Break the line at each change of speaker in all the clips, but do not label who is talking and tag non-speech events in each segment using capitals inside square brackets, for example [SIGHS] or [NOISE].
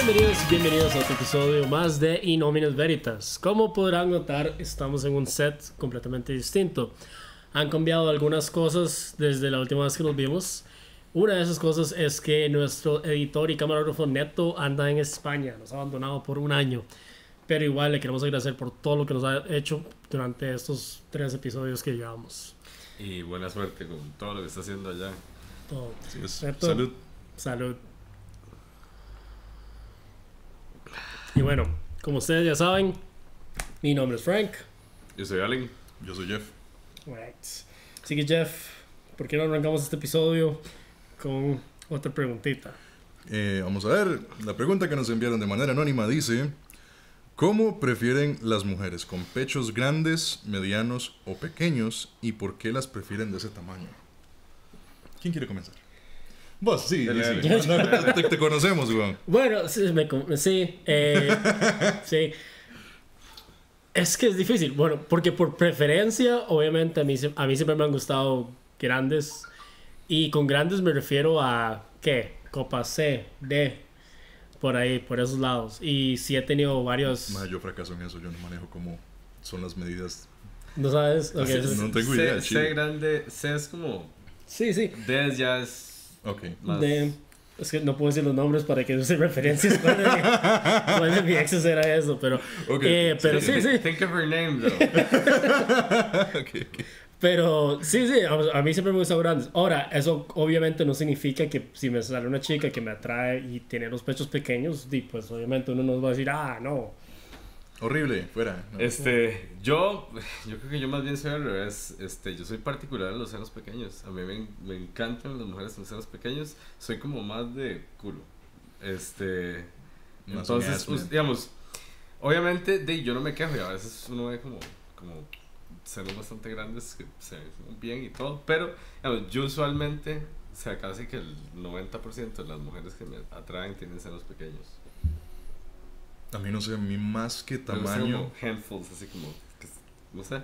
amigos, bienvenidos a otro episodio más de Inominas Veritas. Como podrán notar, estamos en un set completamente distinto. Han cambiado algunas cosas desde la última vez que nos vimos. Una de esas cosas es que nuestro editor y camarógrafo Neto anda en España, nos ha abandonado por un año. Pero igual le queremos agradecer por todo lo que nos ha hecho durante estos tres episodios que llevamos.
Y buena suerte con todo lo que está haciendo allá.
Todo.
Así es.
Neto,
Salud.
Salud. Y bueno, como ustedes ya saben, mi nombre es Frank.
Yo soy Allen.
Yo soy Jeff.
Right. Así que Jeff, ¿por qué no arrancamos este episodio con otra preguntita?
Eh, vamos a ver, la pregunta que nos enviaron de manera anónima dice, ¿cómo prefieren las mujeres? ¿Con pechos grandes, medianos o pequeños? ¿Y por qué las prefieren de ese tamaño? ¿Quién quiere comenzar? Vos, sí,
Dale,
sí,
dale.
sí. Te, te conocemos, weón.
Bueno, sí, me con- sí,
[LAUGHS]
eh, sí. Es que es difícil. Bueno, porque por preferencia, obviamente, a mí, se- a mí siempre me han gustado grandes. Y con grandes me refiero a, ¿qué? Copa C, D, por ahí, por esos lados. Y sí he tenido varios...
Ma, yo fracaso en eso, yo no manejo cómo son las medidas.
¿No sabes? Ok,
Así es,
sí.
no tengo
C-
idea,
C,
chile.
grande, C es como.
Sí, sí.
D ya es.
Ok.
Más.
De- es que no puedo decir los nombres para que use referencias. [LAUGHS] ¿Cuál de, mi- cuál de mi exes era eso? Pero,
Ok,
eh, pero sí, sí.
Think of her name, though.
Ok, ok.
Pero sí, sí, a, a mí siempre me gustan grandes. Ahora, eso obviamente no significa que si me sale una chica que me atrae y tiene los pechos pequeños, di, pues obviamente uno nos va a decir, ah, no.
Horrible, fuera. No.
este, yo. [SIGHS] Yo creo que yo más bien soy al revés. Este, yo soy particular en los senos pequeños. A mí me, me encantan las mujeres con senos pequeños. Soy como más de culo. Este.
Más
entonces,
gas, man.
us- digamos. Obviamente, de, yo no me quejo y a veces uno ve como. como senos bastante grandes que se ven bien y todo, pero digamos, yo usualmente, o sea, casi que el 90% de las mujeres que me atraen tienen senos pequeños.
A mí no sé, a mí más que
Me gustan
tamaño...
Como handfuls, así como, que- no sé.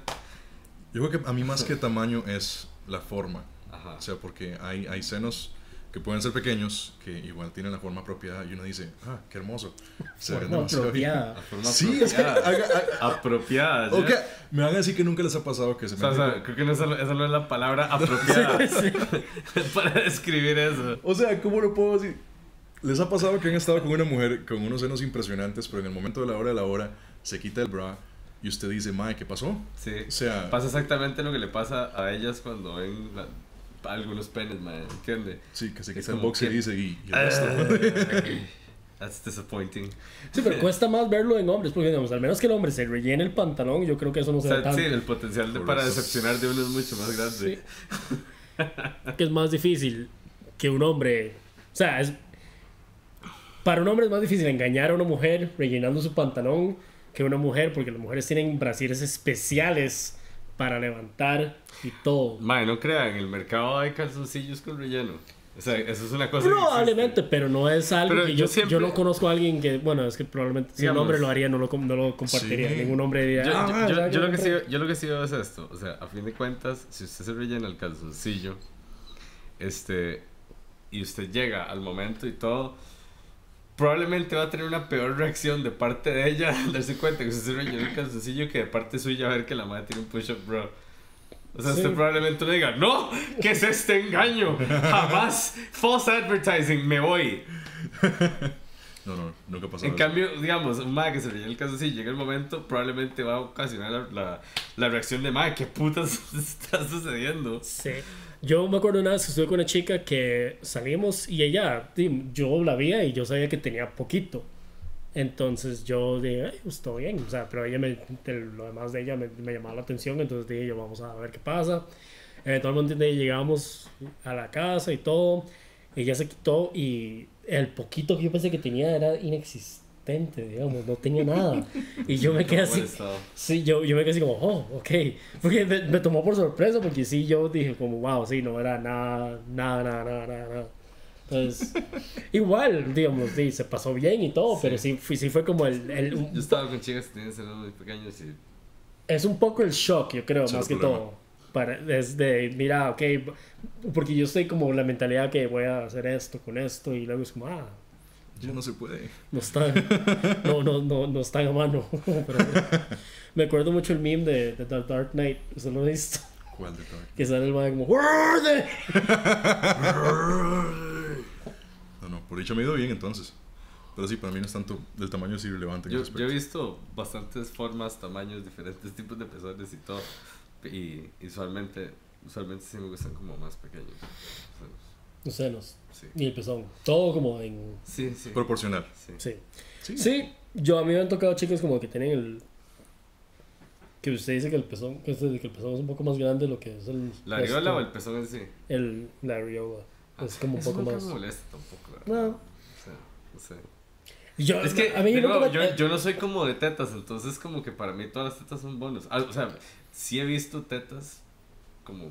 Yo creo que a mí más que tamaño es la forma.
Ajá.
O sea, porque hay, hay senos que pueden ser pequeños, que igual tienen la forma apropiada y uno dice, ah, qué hermoso. Se ven
Forma
demasiado bien.
apropiada.
[LAUGHS] La forma
Sí, es que...
apropiada.
haga- haga-
Apropiada, ¿ya?
ok, me van a decir que nunca les ha pasado que se
O sea,
me...
o sea, creo que no, esa, no- esa no es la palabra apropiada
Sí.
[LAUGHS] para describir eso.
O sea, ¿cómo lo puedo decir? ¿Les ha pasado que han estado con una mujer con unos senos impresionantes, pero en el momento de la hora de la hora se quita el bra y usted dice, mae, ¿qué pasó?
Sí.
O sea,
Pasa exactamente lo que le pasa a ellas cuando ven la- algunos penes, man, ¿entiendes?
sí, que se
Es
quita el
como
boxer
que- Ah.
y dice, y, y el resto".
[LAUGHS] That's disappointing.
Sí, pero cuesta más verlo en hombres, porque digamos, al menos que el hombre se rellene el pantalón, yo creo que eso no
O
se ve
sea,
tanto.
sí, el potencial de,
Por
para
eso.
decepcionar de uno es mucho más grande.
que es más difícil que un hombre. O sea, es, para un hombre es más difícil engañar a una mujer rellenando su pantalón que una mujer, porque las mujeres tienen brasieres especiales para levantar y todo.
Mae, no crean, en el mercado hay calzoncillos con relleno. O sea, eso es una cosa. que
Probablemente, pero no es algo
Pero
que
yo
yo,
siempre-
yo no conozco a alguien que, bueno, es que probablemente si
Digamos-
un hombre lo haría, no lo, com- no lo compartiría.
Sí.
Ningún hombre diría,
Yo, yo-
"Ah,
yo-
ya,
yo
ya
lo que sí,
entré".
yo lo que sí veo es esto. O sea, a fin de cuentas, si usted se rellena el calzoncillo, este, y usted llega al momento y todo, probablemente va a tener una peor reacción de parte de ella al darse cuenta que usted se rellenó el calzoncillo que de parte suya ver que la madre tiene un push-up, bro. O sea,
Sí.
usted probablemente le diga, no, ¿qué es este engaño? Jamás, false advertising, me voy.
[LAUGHS] No, no, nunca ha pasado.
En
eso.
cambio, digamos, un mae que se rellena el caso si llega el momento, probablemente va a ocasionar la, la, la reacción de mae, ¿qué putas [LAUGHS] está sucediendo?
Sí. Yo me acuerdo una vez que estuve con una chica que salimos y ella, di, yo la vi y yo sabía que tenía poquito. Entonces yo dije, "Ay, pues todo bien. O sea, pero ella me, de lo demás de ella me, me llamaba la atención. Entonces dije, yo vamos a ver qué pasa. Eventualmente de- llegamos a la casa y todo. Ella se quitó y el poquito que yo pensé que tenía era inexistente, digamos, no tenía nada. Y yo me quedé así,
Molestado.
Sí, yo, yo me quedé así como, oh, ok. Porque me, me tomó por sorpresa, porque sí, yo dije como, wow, sí, no era nada, nada, nada, nada, nada. nada". [LAUGHS] Entonces, igual, digamos, sí, se pasó bien y todo, pero sí, fui- sí fue como el... el- un-
Yo estaba con chicas que tienen senos muy pequeños y
es un poco el shock, yo creo,
Sí,
más
el
que
problema.
todo. Para, es de, mira, ok, porque yo estoy como la mentalidad que voy a hacer esto con esto y luego es como, ah,
Ya no se puede.
No [LAUGHS] están. No, no, no, no están a mano. [LAUGHS] Pero me acuerdo mucho el meme de, de The Dark Knight. ¿Usted lo ha visto?
¿Cuál de todo?
Que sale el man como. "Guarde".
No, no, por dicha me ha ido bien entonces. Pero sí, para mí no es tanto del tamaño es irrelevante. en
Yo,
ese
yo he
aspecto.
visto bastantes formas, tamaños, diferentes tipos de pezones y todo. Y, y usualmente, usualmente sí me gustan como más pequeños. O
Los senos.
sea, Sí,
Y el pezón. Todo como en.
sí, sí.
Proporcional.
sí.
Sí.
Sí.
Sí, yo a mí me han tocado chicos como que tienen el. Que usted dice que el pezón, que usted dice que el pezón es un poco más grande de lo que es el.
¿La areola
esto,
o el pezón en sí?
el- la areola. Este, Es como un
Eso
poco
nunca
más.
me molesta tampoco. la
No.
verdad. O sea, no sé.
Yo,
Es que
a mí
de
nunca
nuevo,
me-
yo, yo no soy como de tetas, entonces como que para mí todas las tetas son bonus. Ah, o sea, sí he visto tetas como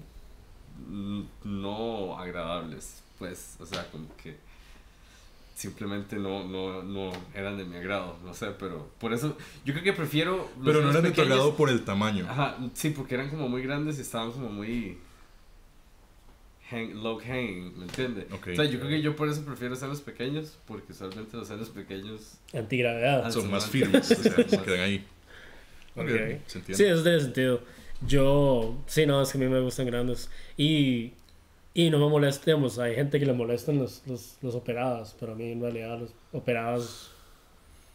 n- no agradables, pues, o sea, como que simplemente no, no, no eran de mi agrado, no sé, pero por eso yo creo que prefiero... los
Pero no
senos
era de tu
pequeños.
agrado por el tamaño.
Ajá, sí, porque eran como muy grandes y estaban como muy hang- low hanging, ¿me entiendes?
Ok.
O sea, yo creo que yo por eso prefiero senos pequeños, porque usualmente los senos pequeños...
Antigravedad.
Son más
Alzheimer.
firmes, o sea, se
Más-
quedan ahí.
Ok.
se
Sí,
entiende.
eso tiene sentido. Yo, sí, no, es que a mí me gustan grandes. Y, y no me molesta, digamos, hay gente que le molestan los, los, los operadas, pero a mí en realidad los operadas,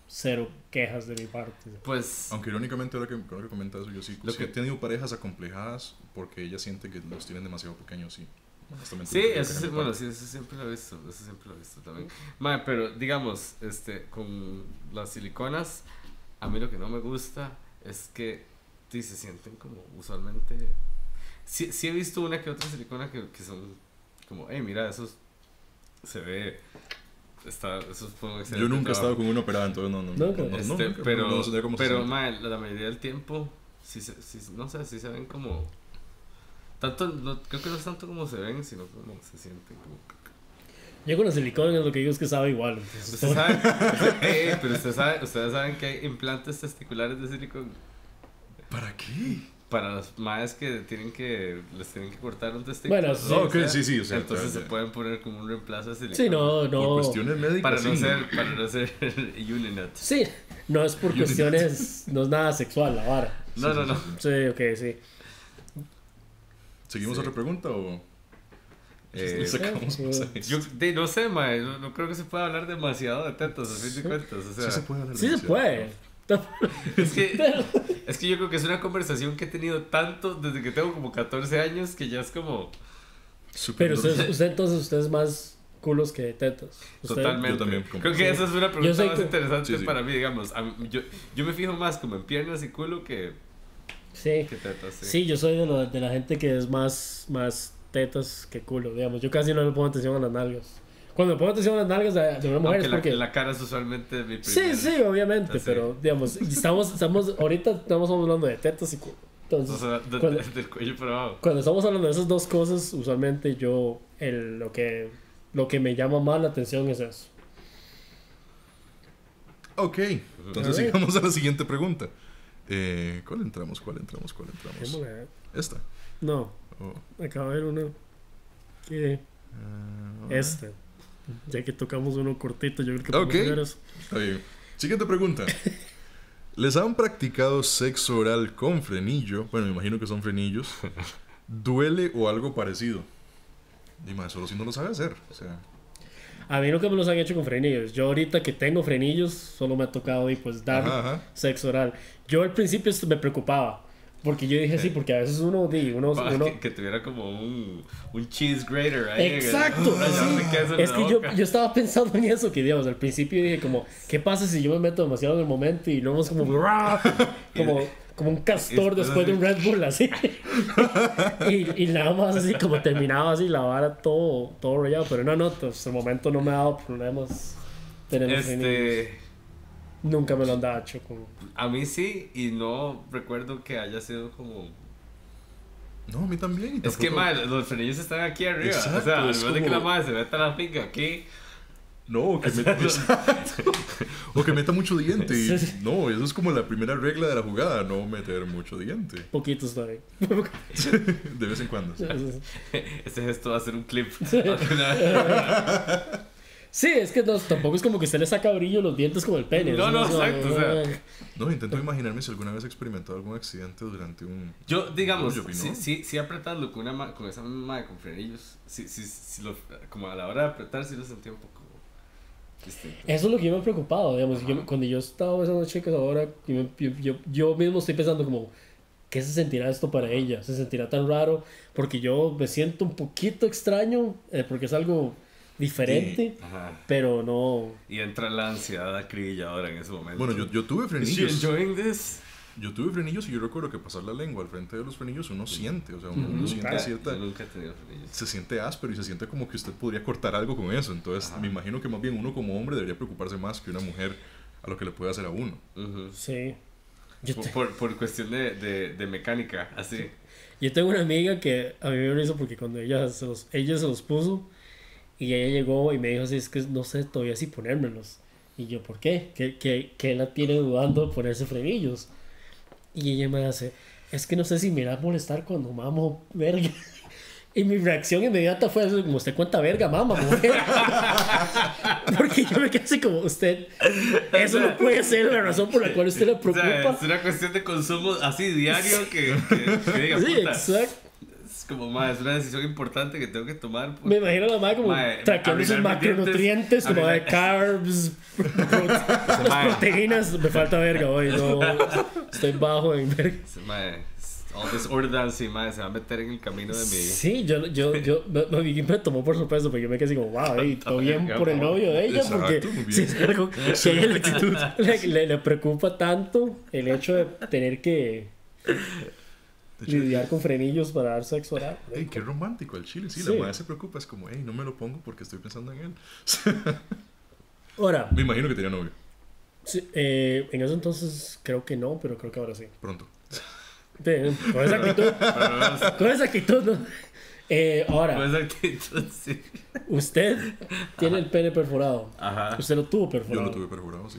cero quejas de mi parte.
Pues...
Aunque irónicamente ahora que, ahora que comenta eso, yo sí,
Lo
sí
que-
he tenido parejas acomplejadas porque ella siente que los tienen demasiado pequeños, sí. Honestamente,
Sí,
yo creo que
eso,
era
sí,
mi
bueno,
parte.
sí, eso siempre lo he visto, eso siempre lo he visto también. Ma, pero digamos, este, con las siliconas, a mí lo que no me gusta es que sí, se sienten como usualmente... Sí, sí he visto una que otra silicona que, que son como, hey, mira, esos se ve... Está, eso fue un
Yo
excelente
nunca he
trabajo".
estado con uno operado, entonces no, no, no,
Nunca.
no, no,
Este,
nunca,
pero,
no sé cómo se
pero
siente.
mae, la, la mayoría del tiempo, sí, se- sí, no sé, sí se ven como... Tanto, no, creo que no es tanto como se ven, sino como se sienten como...
Yo con los silicones lo que digo es que sabe igual. entonces,
Ustedes saben, [LAUGHS] Eh, eh, pero ustedes saben, ustedes saben que hay implantes testiculares de silicón
¿Para qué?
para las madres que tienen que les tienen que cortar un testículo.
Bueno,
¿no?
sí,
ok, sí, sí, o sea,
entonces
ya,
se
ya.
pueden poner como un reemplazo de silicón.
sí, no,
Por
no.
cuestiones médicas.
Para no
sí.
ser para no ser [LAUGHS] unionat.
Sí, no es por cuestiones, [LAUGHS] no es nada sexual la vara.
No, no, no.
Sí, ok, sí.
¿Seguimos
Sí.
otra pregunta o
Eh,
le sacamos
sí.
más a esto?
Yo de- no sé, mae, no, no creo que se pueda hablar demasiado de tetas, a fin de cuentas, o sea,
Sí se puede hablar
Sí
de
se
ansiedad,
puede.
es que
[LAUGHS]
es que yo creo que es una conversación que he tenido tanto desde que tengo como 14 años que ya es como
¿no? Súper
Pero
normal.
usted, usted entonces, usted es más culos que tetas. Usted-
Totalmente.
Yo también como-
Creo que esa es una
Yo
pregunta
soy
más
como-
interesante
Sí, sí.
para mí, digamos. A mí- yo, yo me fijo más como en piernas y culo que,
Sí.
que tetas. Sí.
Sí, yo soy de, lo- de la gente que es más, más tetas que culo, digamos. Yo casi no le pongo atención a las nalgas. Cuando le pongo atención a las nalgas de, de una mujer
Aunque
es
la,
porque...
la cara es usualmente mi primer...
Sí, sí, obviamente,
Así.
pero digamos, y estamos, estamos, ahorita estamos hablando de tetas y culo.
O
Entonces,
sea, de-
¿Cuál?
de- del cuello para abajo.
cuando estamos hablando de esas dos cosas, usualmente yo, el, lo, que, lo que me llama más la atención es eso.
[LAUGHS] Ok, entonces
Alright.
sigamos a la siguiente pregunta. Eh, ¿Cuál entramos? ¿Cuál entramos? ¿Cuál entramos? Esta.
No,
Oh,
acaba de ver uno que...
ah,
Este. Ya que tocamos uno cortito, yo creo que
Ok.
podemos hacer eso.
Está bien. Siguiente [LAUGHS] pregunta. ¿Les han practicado sexo oral con frenillo? Bueno, me imagino que son frenillos. ¿Duele o algo parecido? Y más, solo si no lo sabe hacer. O sea,
A mí nunca me los han hecho con frenillos. Yo ahorita que tengo frenillos, solo me ha tocado y pues dar
ajá, ajá.
sexo oral. Yo al principio esto me preocupaba. Porque yo dije, sí, porque a veces uno, di, uno,
Para
uno-
Ah, que, que tuviera como un, un cheese grater ahí. [LAUGHS]
Exacto,
Para llevarle
sí.
queso en
Es
la
que yo,
boca.
yo estaba pensando en eso, que digamos, al principio dije como, ¿qué pasa si yo me meto demasiado en el momento y luego es como,
[LAUGHS]
"Rah", como, como un castor
Y después
después de un Red Bull así? [LAUGHS] y, y nada más así como terminaba así la vara todo, todo rayado, pero no, no, hasta el momento no me ha dado problemas. tener frenillos.
Este...
Nunca me lo han dado hecho como...
A mí sí, y no recuerdo que haya sido como...
No, a mí también. y
Es que,
tampoco-
mal, los frenillos están aquí arriba. o
Exacto,
sea, al
es
menos de que la
como-
madre se meta la finca aquí...
No,
[LAUGHS]
que meta, Exacto. o que meta mucho diente.
[LAUGHS]
y-
Sí, sí.
No, eso es como la primera regla de la jugada, no meter mucho diente. [LAUGHS]
Poquitos
[LAUGHS]
todavía.
De vez en cuando.
[LAUGHS]
[LAUGHS]
Este gesto va a ser un clip. Alguna vez.
Sí, es que no, tampoco es como que usted le saca brillo los dientes como el pene.
No,
es
no,
más como, eh.
exacto, o sea.
No, intento imaginarme si alguna vez he experimentado algún accidente durante un...
Yo, digamos,
Oye,
si,
¿no?
si, si apretarlo con, una ma- con esa madre con frenillos, si, si, si lo, como a la hora de apretar, sí lo sentía un poco distinto.
Eso es lo que yo me he preocupado, digamos, yo- cuando yo estaba besando chicas ahora, yo, me- yo, yo- yo mismo estoy pensando como, ¿qué se sentirá esto para ella? ¿Se sentirá tan raro? Porque yo me siento un poquito extraño, eh, porque es algo
Eh.
diferente,
Ajá.
pero no...
Y entra la ansiedad acribilladora en ese momento.
Bueno, yo, yo tuve
¿Is she
frenillos.
enjoying this?
Yo tuve frenillos y yo recuerdo que pasar la lengua al frente de los frenillos uno siente, o sea, uno, uno siente
Ah.
Nunca-
cierta...
yo nunca he tenido frenillos.
Se siente áspero y se siente como que usted podría cortar algo con eso. Entonces, me imagino que más bien uno como hombre debería preocuparse más que una mujer a lo que le puede hacer a uno.
Ujú.
Sí. Yo, te-
Por, por, por cuestión de, de, de mecánica, así.
yo tengo una amiga que a mí me lo hizo porque cuando ella se los, ella se los puso y ella llegó y me dijo así, es que no sé todavía si ponérmelos. Y yo, ¿por qué? ¿Qué, qué, qué la tiene dudando de ponerse frenillos? Y ella me hace, es que no sé si me irá a molestar cuando mamo verga. [LAUGHS] Y mi reacción inmediata fue así, como usted cuenta verga, mama, mujer. [LAUGHS] Porque yo me quedé así como usted. Eso no puede ser la razón por la cual usted le
[LAUGHS] O sea,
preocupa.
es una cuestión de consumo así diario que, que, que diga,
Sí,
puta,
exacto.
es como, ma, es una decisión importante que tengo que tomar. porque-
Me
[LAUGHS]
imagino a la madre como
Mae,
traqueando sus
arruinar mis
macronutrientes,
dientes,
como de
arruinar-
[LAUGHS]
carbs, prote- las
Mae.
proteínas. Me falta verga hoy, no. Estoy bajo en verga.
Sí, mae, es- all this ordenancy, mae, se va a meter en el camino de mi...
Sí, yo, yo, yo, me, me- me tomó por sorpresa porque yo me quedé así como, wow, ey, todo
[LAUGHS]
bien
verga,
por el
wow.
novio de ella,
Exacto,
porque
ah, muy bien.
si es algo
[LAUGHS]
que a ella le- le, le- le preocupa tanto el hecho de tener que
De hecho,
lidiar con frenillos para dar sexo oral.
Ey, qué romántico el chile. Sí,
Sí.
la madre se preocupa. Es como, ey, no me lo pongo porque estoy pensando en él.
Ahora,
me imagino que tenía novio.
sí, eh, en ese entonces creo que no, pero creo que ahora sí.
Pronto.
Bien, Con esa
[LAUGHS]
actitud. Con esa actitud, ¿no? Eh,
Con
ahora,
esa actitud, [LAUGHS] sí.
usted tiene el pene perforado.
Pues- Ajá.
Usted lo tuvo
Yo
perforado.
lo tuve perjurado, sí.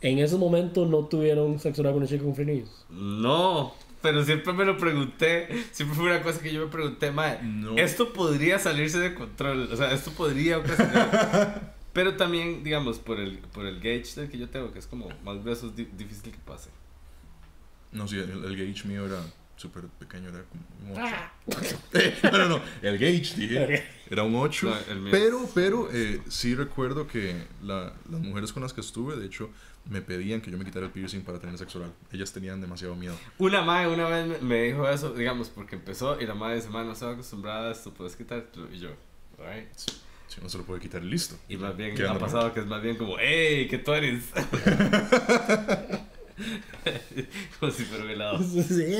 En esos momentos no tuvieron sexo oral con un chico con frenillos.
No, pero siempre me lo pregunté. Siempre fue una cosa que yo me pregunté, mae.
No.
Esto podría salirse de control. O sea, esto podría ocasionar. pero también, digamos, por el, por el gauge del que yo tengo, que es como más grueso, es di- difícil que pase.
No, sí, el, el gauge mío era súper pequeño, era como un 8. [LAUGHS] no, no, no, el gauge, dije. Era un 8.
No, el mío
pero,
es-
pero, eh, sí recuerdo que la- las mujeres con las que estuve, de hecho, me pedían que yo me quitara el piercing para tener sexo oral. Ellas tenían demasiado miedo.
Una madre una vez me- me dijo eso, digamos, porque empezó y la madre dice, mae, no estaba acostumbrada a esto, puedes quitártelo. Y yo, alright.
Si no se lo puede quitar, listo.
Y más bien
Quedando
ha pasado que es más bien como, ¡Ey! ¿Qué tú eres? [LAUGHS] como si fuera un
[LAUGHS]
helado.
Sí.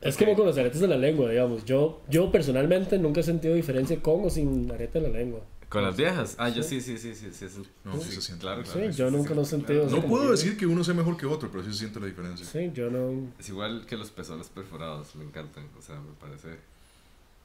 Es como con los aretes de la lengua, digamos. Yo, yo personalmente nunca he sentido diferencia con o sin arete en la lengua.
¿Con las viejas? Ah, yo sí, sí, sí, sí. sí, sí.
No, sí se siente.
Claro,
Sí,
claro.
yo nunca lo he sentido.
No
como
puedo
que-
decir que uno sea mejor que otro, pero sí se siente la diferencia.
Sí, yo no.
Es igual que los pezones perforados, me encantan. O sea, me parece.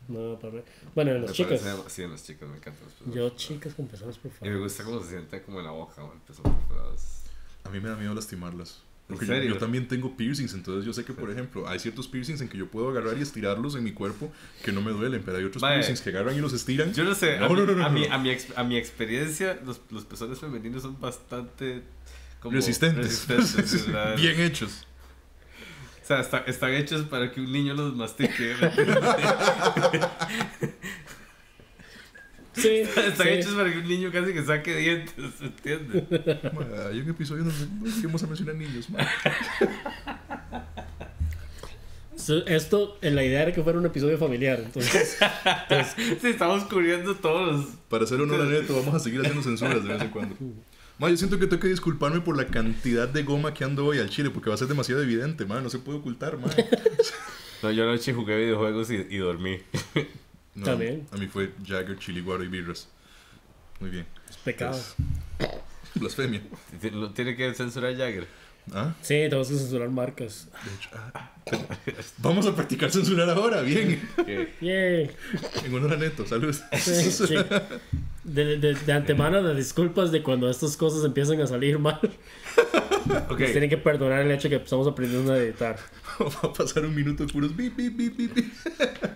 no para- Bueno, en
me
los chicos.
parece- sí, en los chicos me encantan los pezones.
Yo,
perforados.
chicas, con pezones, por
Y me
favor.
gusta cómo se siente como en la boca, o el pezón perforado. es-
A mí me da miedo lastimarlas.
¿En
Porque yo,
serio?
yo también tengo piercings, entonces yo sé que, por ejemplo, hay ciertos piercings en que yo puedo agarrar y estirarlos en mi cuerpo que no me duelen, pero hay otros
Mae.
piercings que agarran y los estiran.
Yo no sé, a,
No,
mi,
no, no, no,
a, mi,
no.
a, mi, ex- a mi experiencia, los, los pezones femeninos son bastante. Como
resistentes.
resistentes,
[LAUGHS]
¿verdad?
Bien hechos.
O sea, está- están hechos para que un niño los mastique. ¿me entiendes? [LAUGHS]
Sí,
están
sí.
hechos para que un niño casi que saque dientes, ¿me entiendes?
Mae, Hay un episodio donde no vamos a mencionar niños. mae.
So, Esto, eh, la idea era que fuera un episodio familiar, entonces.
Sí, estamos cubriendo todos los.
Para hacer honor a Neto, vamos a seguir haciendo censuras de vez en cuando. Mae, yo siento que tengo que disculparme por la cantidad de goma que ando hoy al chile, porque va a ser demasiado evidente, mae, No se puede ocultar,
[LAUGHS]
mae.
No, yo anoche jugué videojuegos y, y dormí. [LAUGHS]
No,
Está bien.
A mí fue Jagger, Chili, Guaro y Birras. Muy bien.
Es pecado.
Blasfemia.
T- Lo tiene que censurar Jagger.
¿Ah?
Sí, tenemos que censurar marcas.
De hecho, ah, vamos a practicar censurar ahora, bien.
Que-
Yay.
En honor a Neto, salud.
Sí, sí. de, de- de antemano las disculpas de cuando estas cosas empiezan a salir mal.
Ok,
Nos Tienen que perdonar el hecho que estamos aprendiendo a editar.
[LAUGHS] Va a pasar un minuto de puros bip, bip, bip, bip, bip.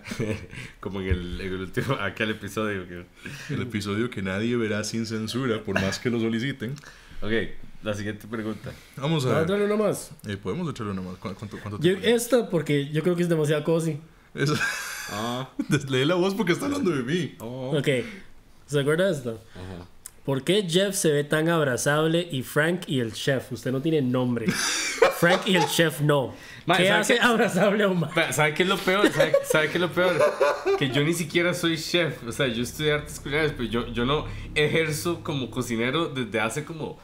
[LAUGHS] como en el, en el último, aquel episodio. que-
El episodio que nadie verá sin censura, por más que lo soliciten.
Ok, la siguiente pregunta.
Vamos a
Ah,
ver.
dale uno más.
Eh, Podemos echarle una más. ¿Cu- ¿Cuánto, cuánto
Yo-
tiempo?
esta, porque yo creo que es demasiado cozy.
[LAUGHS] Eso-
Ah,
Lee la voz porque está hablando de mí.
oh.
Ok. ¿Se acuerda de esto?
Ajá.
¿Por qué Jeff se ve tan abrazable y Frank y el chef? Usted no tiene
[LAUGHS]
nombre. Frank y el chef no.
Ma,
¿Qué
¿sabe
hace
qué?
abrazable a un ma?
Pa- ¿Sabe qué es lo peor? ¿Sabe, sabe qué es lo peor? Que yo ni siquiera soy chef. O sea, yo estudié artes culinarias, pero yo, yo no ejerzo como cocinero desde hace como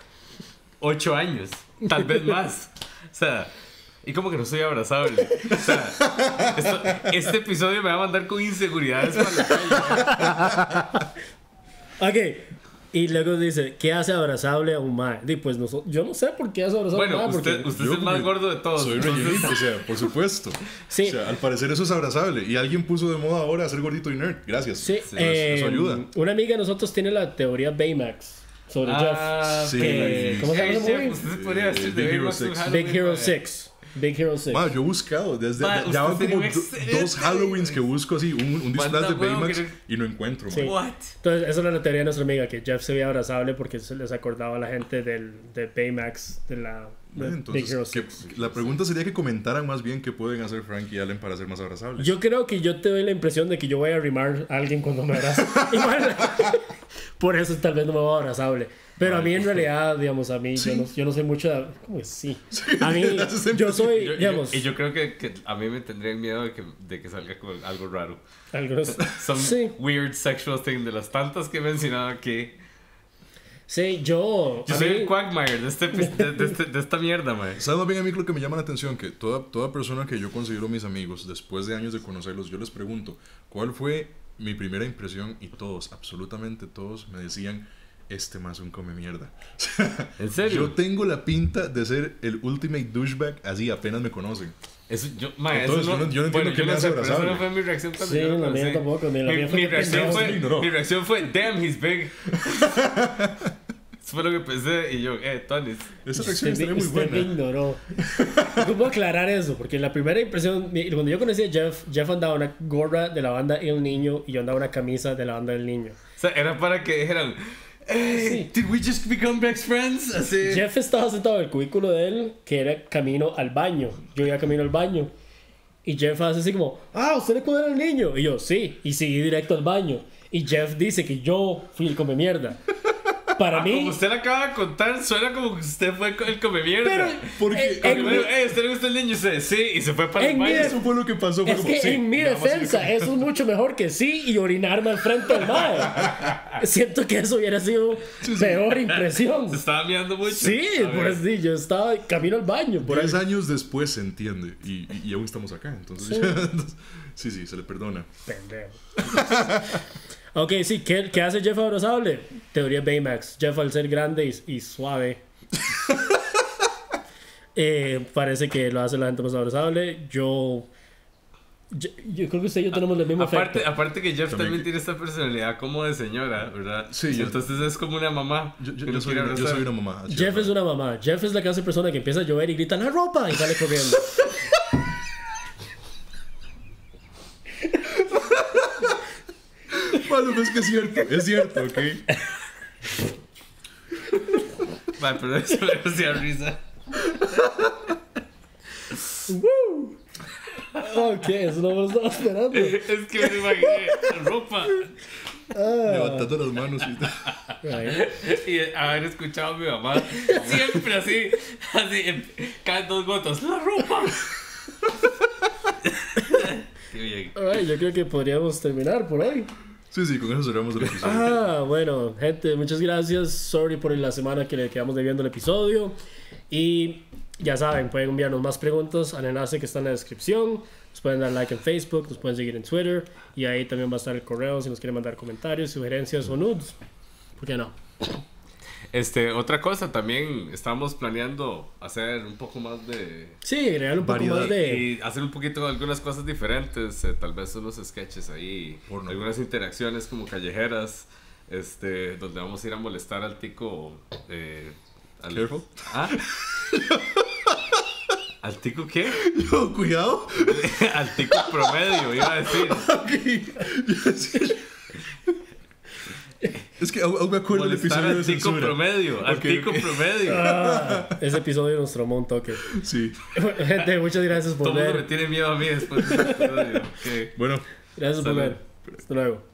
ocho años. Tal vez más. O sea, y como que no soy abrazable. O sea, esto- este episodio me va a mandar con inseguridades para la calle.
Ok. Y luego dice, ¿qué hace abrazable a un ma? Y pues noso- yo no sé por qué hace abrazable a un
Bueno,
ma. Porque...
usted, usted
yo
es el más
como-
gordo de todos.
Soy
entonces-
rellenito, o sea, por supuesto.
Sí.
O sea, al parecer eso es abrazable. Y alguien puso de moda ahora ser gordito y nerd. Gracias.
Sí,
Eso-
eh,
eso ayuda.
Una amiga de nosotros tiene la teoría Baymax sobre
Ah,
Sí.
ok.
¿Cómo se llama
Hey,
el
chef,
movie?
usted se podría decir
Eh,
de
Big Hero
Baymax un
Six.
Jeff.
Halloween,
Big Hero
mae.
6. Big Hero 6.
Ma, yo he buscado desde
Ma,
ya van
usted sería
como
un
do-
excelente,
dos Halloweens que busco así, un, un disfraz
Manda
de
huevo
Baymax
que no-
y no encuentro.
Sí.
ma.
What?
Entonces, esa era la teoría de nuestra amiga, que Jeff se veía abrazable porque se les acordaba a la gente del, de Baymax, de la de Big Hero
Entonces,
6.
que- la pregunta sería que comentaran más bien qué pueden hacer Frank y Allen para ser más abrazables.
Yo creo que yo te doy la impresión de que yo voy a rimar a alguien cuando me abrazo. Igual, por eso tal vez no me va abrazable. Pero a mí en realidad, digamos, a mí yo, no, yo no soy mucho... de- ¿Cómo que sí? A mí
das esa
yo soy,
Y yo- y yo,
digamos...
y yo creo que, que a mí me tendrían miedo de que, de que salga con algo raro.
algunos-
Some
sí.
weird sexual thing de las tantas que he mencionado aquí.
Sí, yo.
Yo
a
soy
mí-
el Quagmire de, este, epi- de, de este- de esta mierda, mae.
¿Sabes más bien a mí lo que me llama la atención? Que toda, toda persona que yo considero mis amigos, después de años de conocerlos, yo les pregunto, ¿cuál fue mi primera impresión? Y todos, absolutamente todos, me decían, este más un come mierda. [LAUGHS]
¿En
Yo
serio?
tengo la pinta de ser el ultimate douchebag, así apenas me conocen.
Eso, yo, mae, eso
Entonces, yo no- yo no entiendo qué me
no
hace
sé, pero esa
abrazable.
no fue mi reacción cuando
Sí,
yo lo
la mía
conocí.
tampoco, ni la
Mi-
mía fue
mi
que
reacción
pendejo.
fue,
Sí, ignoró.
mi reacción fue, damn, he's big. eso fue lo que pensé y yo, eh, Tonis.
Esa
Usted,
reacción estaría muy
usted me
buena.
ignoró. ¿Cómo aclarar eso? Porque la primera impresión, mi- cuando yo conocí a Jeff, Jeff andaba una gorra de la banda El Niño y yo andaba una camisa de la banda El Niño.
O sea, era para que dijeran, eh, did we just become best friends? Así.
Jeff estaba sentado en el cubículo de él, que era camino al baño. Yo iba camino al baño. Y Jeff hace así como, ah, ¿usted le cuadra al niño? Y yo, sí. Y seguí directo al baño. Y Jeff dice que yo fui el come mierda.
Ah,
Para mí...
Como usted le acaba de contar, suena como que usted fue el come mierda.
Pero,
Porque-
eh,
Porque,
en
bueno,
mi-
eh, ¿usted le gusta el niño? Y usted, sí, y se fue para
En
el baño.
mi-
Eso fue lo que pasó. fue
Es
como,
que
"Sí,
en mi
vamos a ir
defensa, eso es mucho mejor que sí y orinarme al frente del mar. Siento que eso hubiera sido peor impresión.
[LAUGHS]
Se estaba mirando mucho.
Sí, pues,
A
por
ver.
así, yo estaba camino al baño. Por ahí.
Tres años después se entiende y, y- y aún estamos acá, entonces
Sí.
[LAUGHS] entonces, sí, sí, se le perdona.
Pendejo. [LAUGHS] Ok, sí, ¿qué, qué hace Jeff abrazable? Teoría Baymax. Jeff al ser grande y, y suave. eh, parece que lo hace la gente más abrazable. Yo... Yo, yo creo que usted y yo tenemos el mismo
Aparte,
efecto.
aparte que Jeff
También
también
que-
tiene esta personalidad como de señora, ¿verdad?
Sí, yo-
Entonces es como una mamá.
Yo, yo-
que
yo
lo
soy,
quiere
una- yo
abrazar.
soy una mamá.
Jeff es una mamá. Jeff es la clase de persona que empieza a llover y grita la ropa y sale corriendo.
Malo, pero pues es que es cierto, es cierto,
[LAUGHS]
¿ok?
Mae, pero eso le hacía risa.
¡Woo! Ok, eso no me lo estaba esperando.
Es que me imaginé ropa.
Levantando las manos y...
Ay,
Y haber escuchado a mi mamá siempre así, así, en- cada dos gotas, la ropa. [LAUGHS] Qué bien.
ay, yo creo que podríamos terminar por hoy.
Sí, sí, con eso cerramos el episodio.
Ah, bueno, gente, muchas gracias. Sorry por la semana que le quedamos debiendo el episodio. Y ya saben, pueden enviarnos más preguntas al enlace que está en la descripción. Nos pueden dar like en Facebook, nos pueden seguir en Twitter. Y ahí también va a estar el correo si nos quieren mandar comentarios, sugerencias o nudes. ¿Por qué no?
Este, otra cosa, también estamos planeando hacer un poco más de...
Sí, agregar un poco
Variedad.
más de...
Y hacer un poquito de algunas cosas diferentes, eh, tal vez unos sketches ahí,
Porno.
algunas interacciones como callejeras, este, donde vamos a ir a molestar al tico. eh, al,
Careful.
¿Ah? [LAUGHS] ¿Al tico qué? [LAUGHS]
Yo, cuidado.
al tico promedio, iba a
[LAUGHS]
decir.
es que aún aún me acuerdo del
Molestar
episodio de
al tico
censura.
promedio, al
Ok,
tico
ok.
promedio.
Ah, ese episodio nos tromó un toque.
Sí.
[LAUGHS] Gente, muchas gracias por
Todo el mundo me
ver.
[LAUGHS]
tiene miedo a mí después de ese episodio. ok.
Bueno,
Gracias por
Salud.
ver. Hasta luego.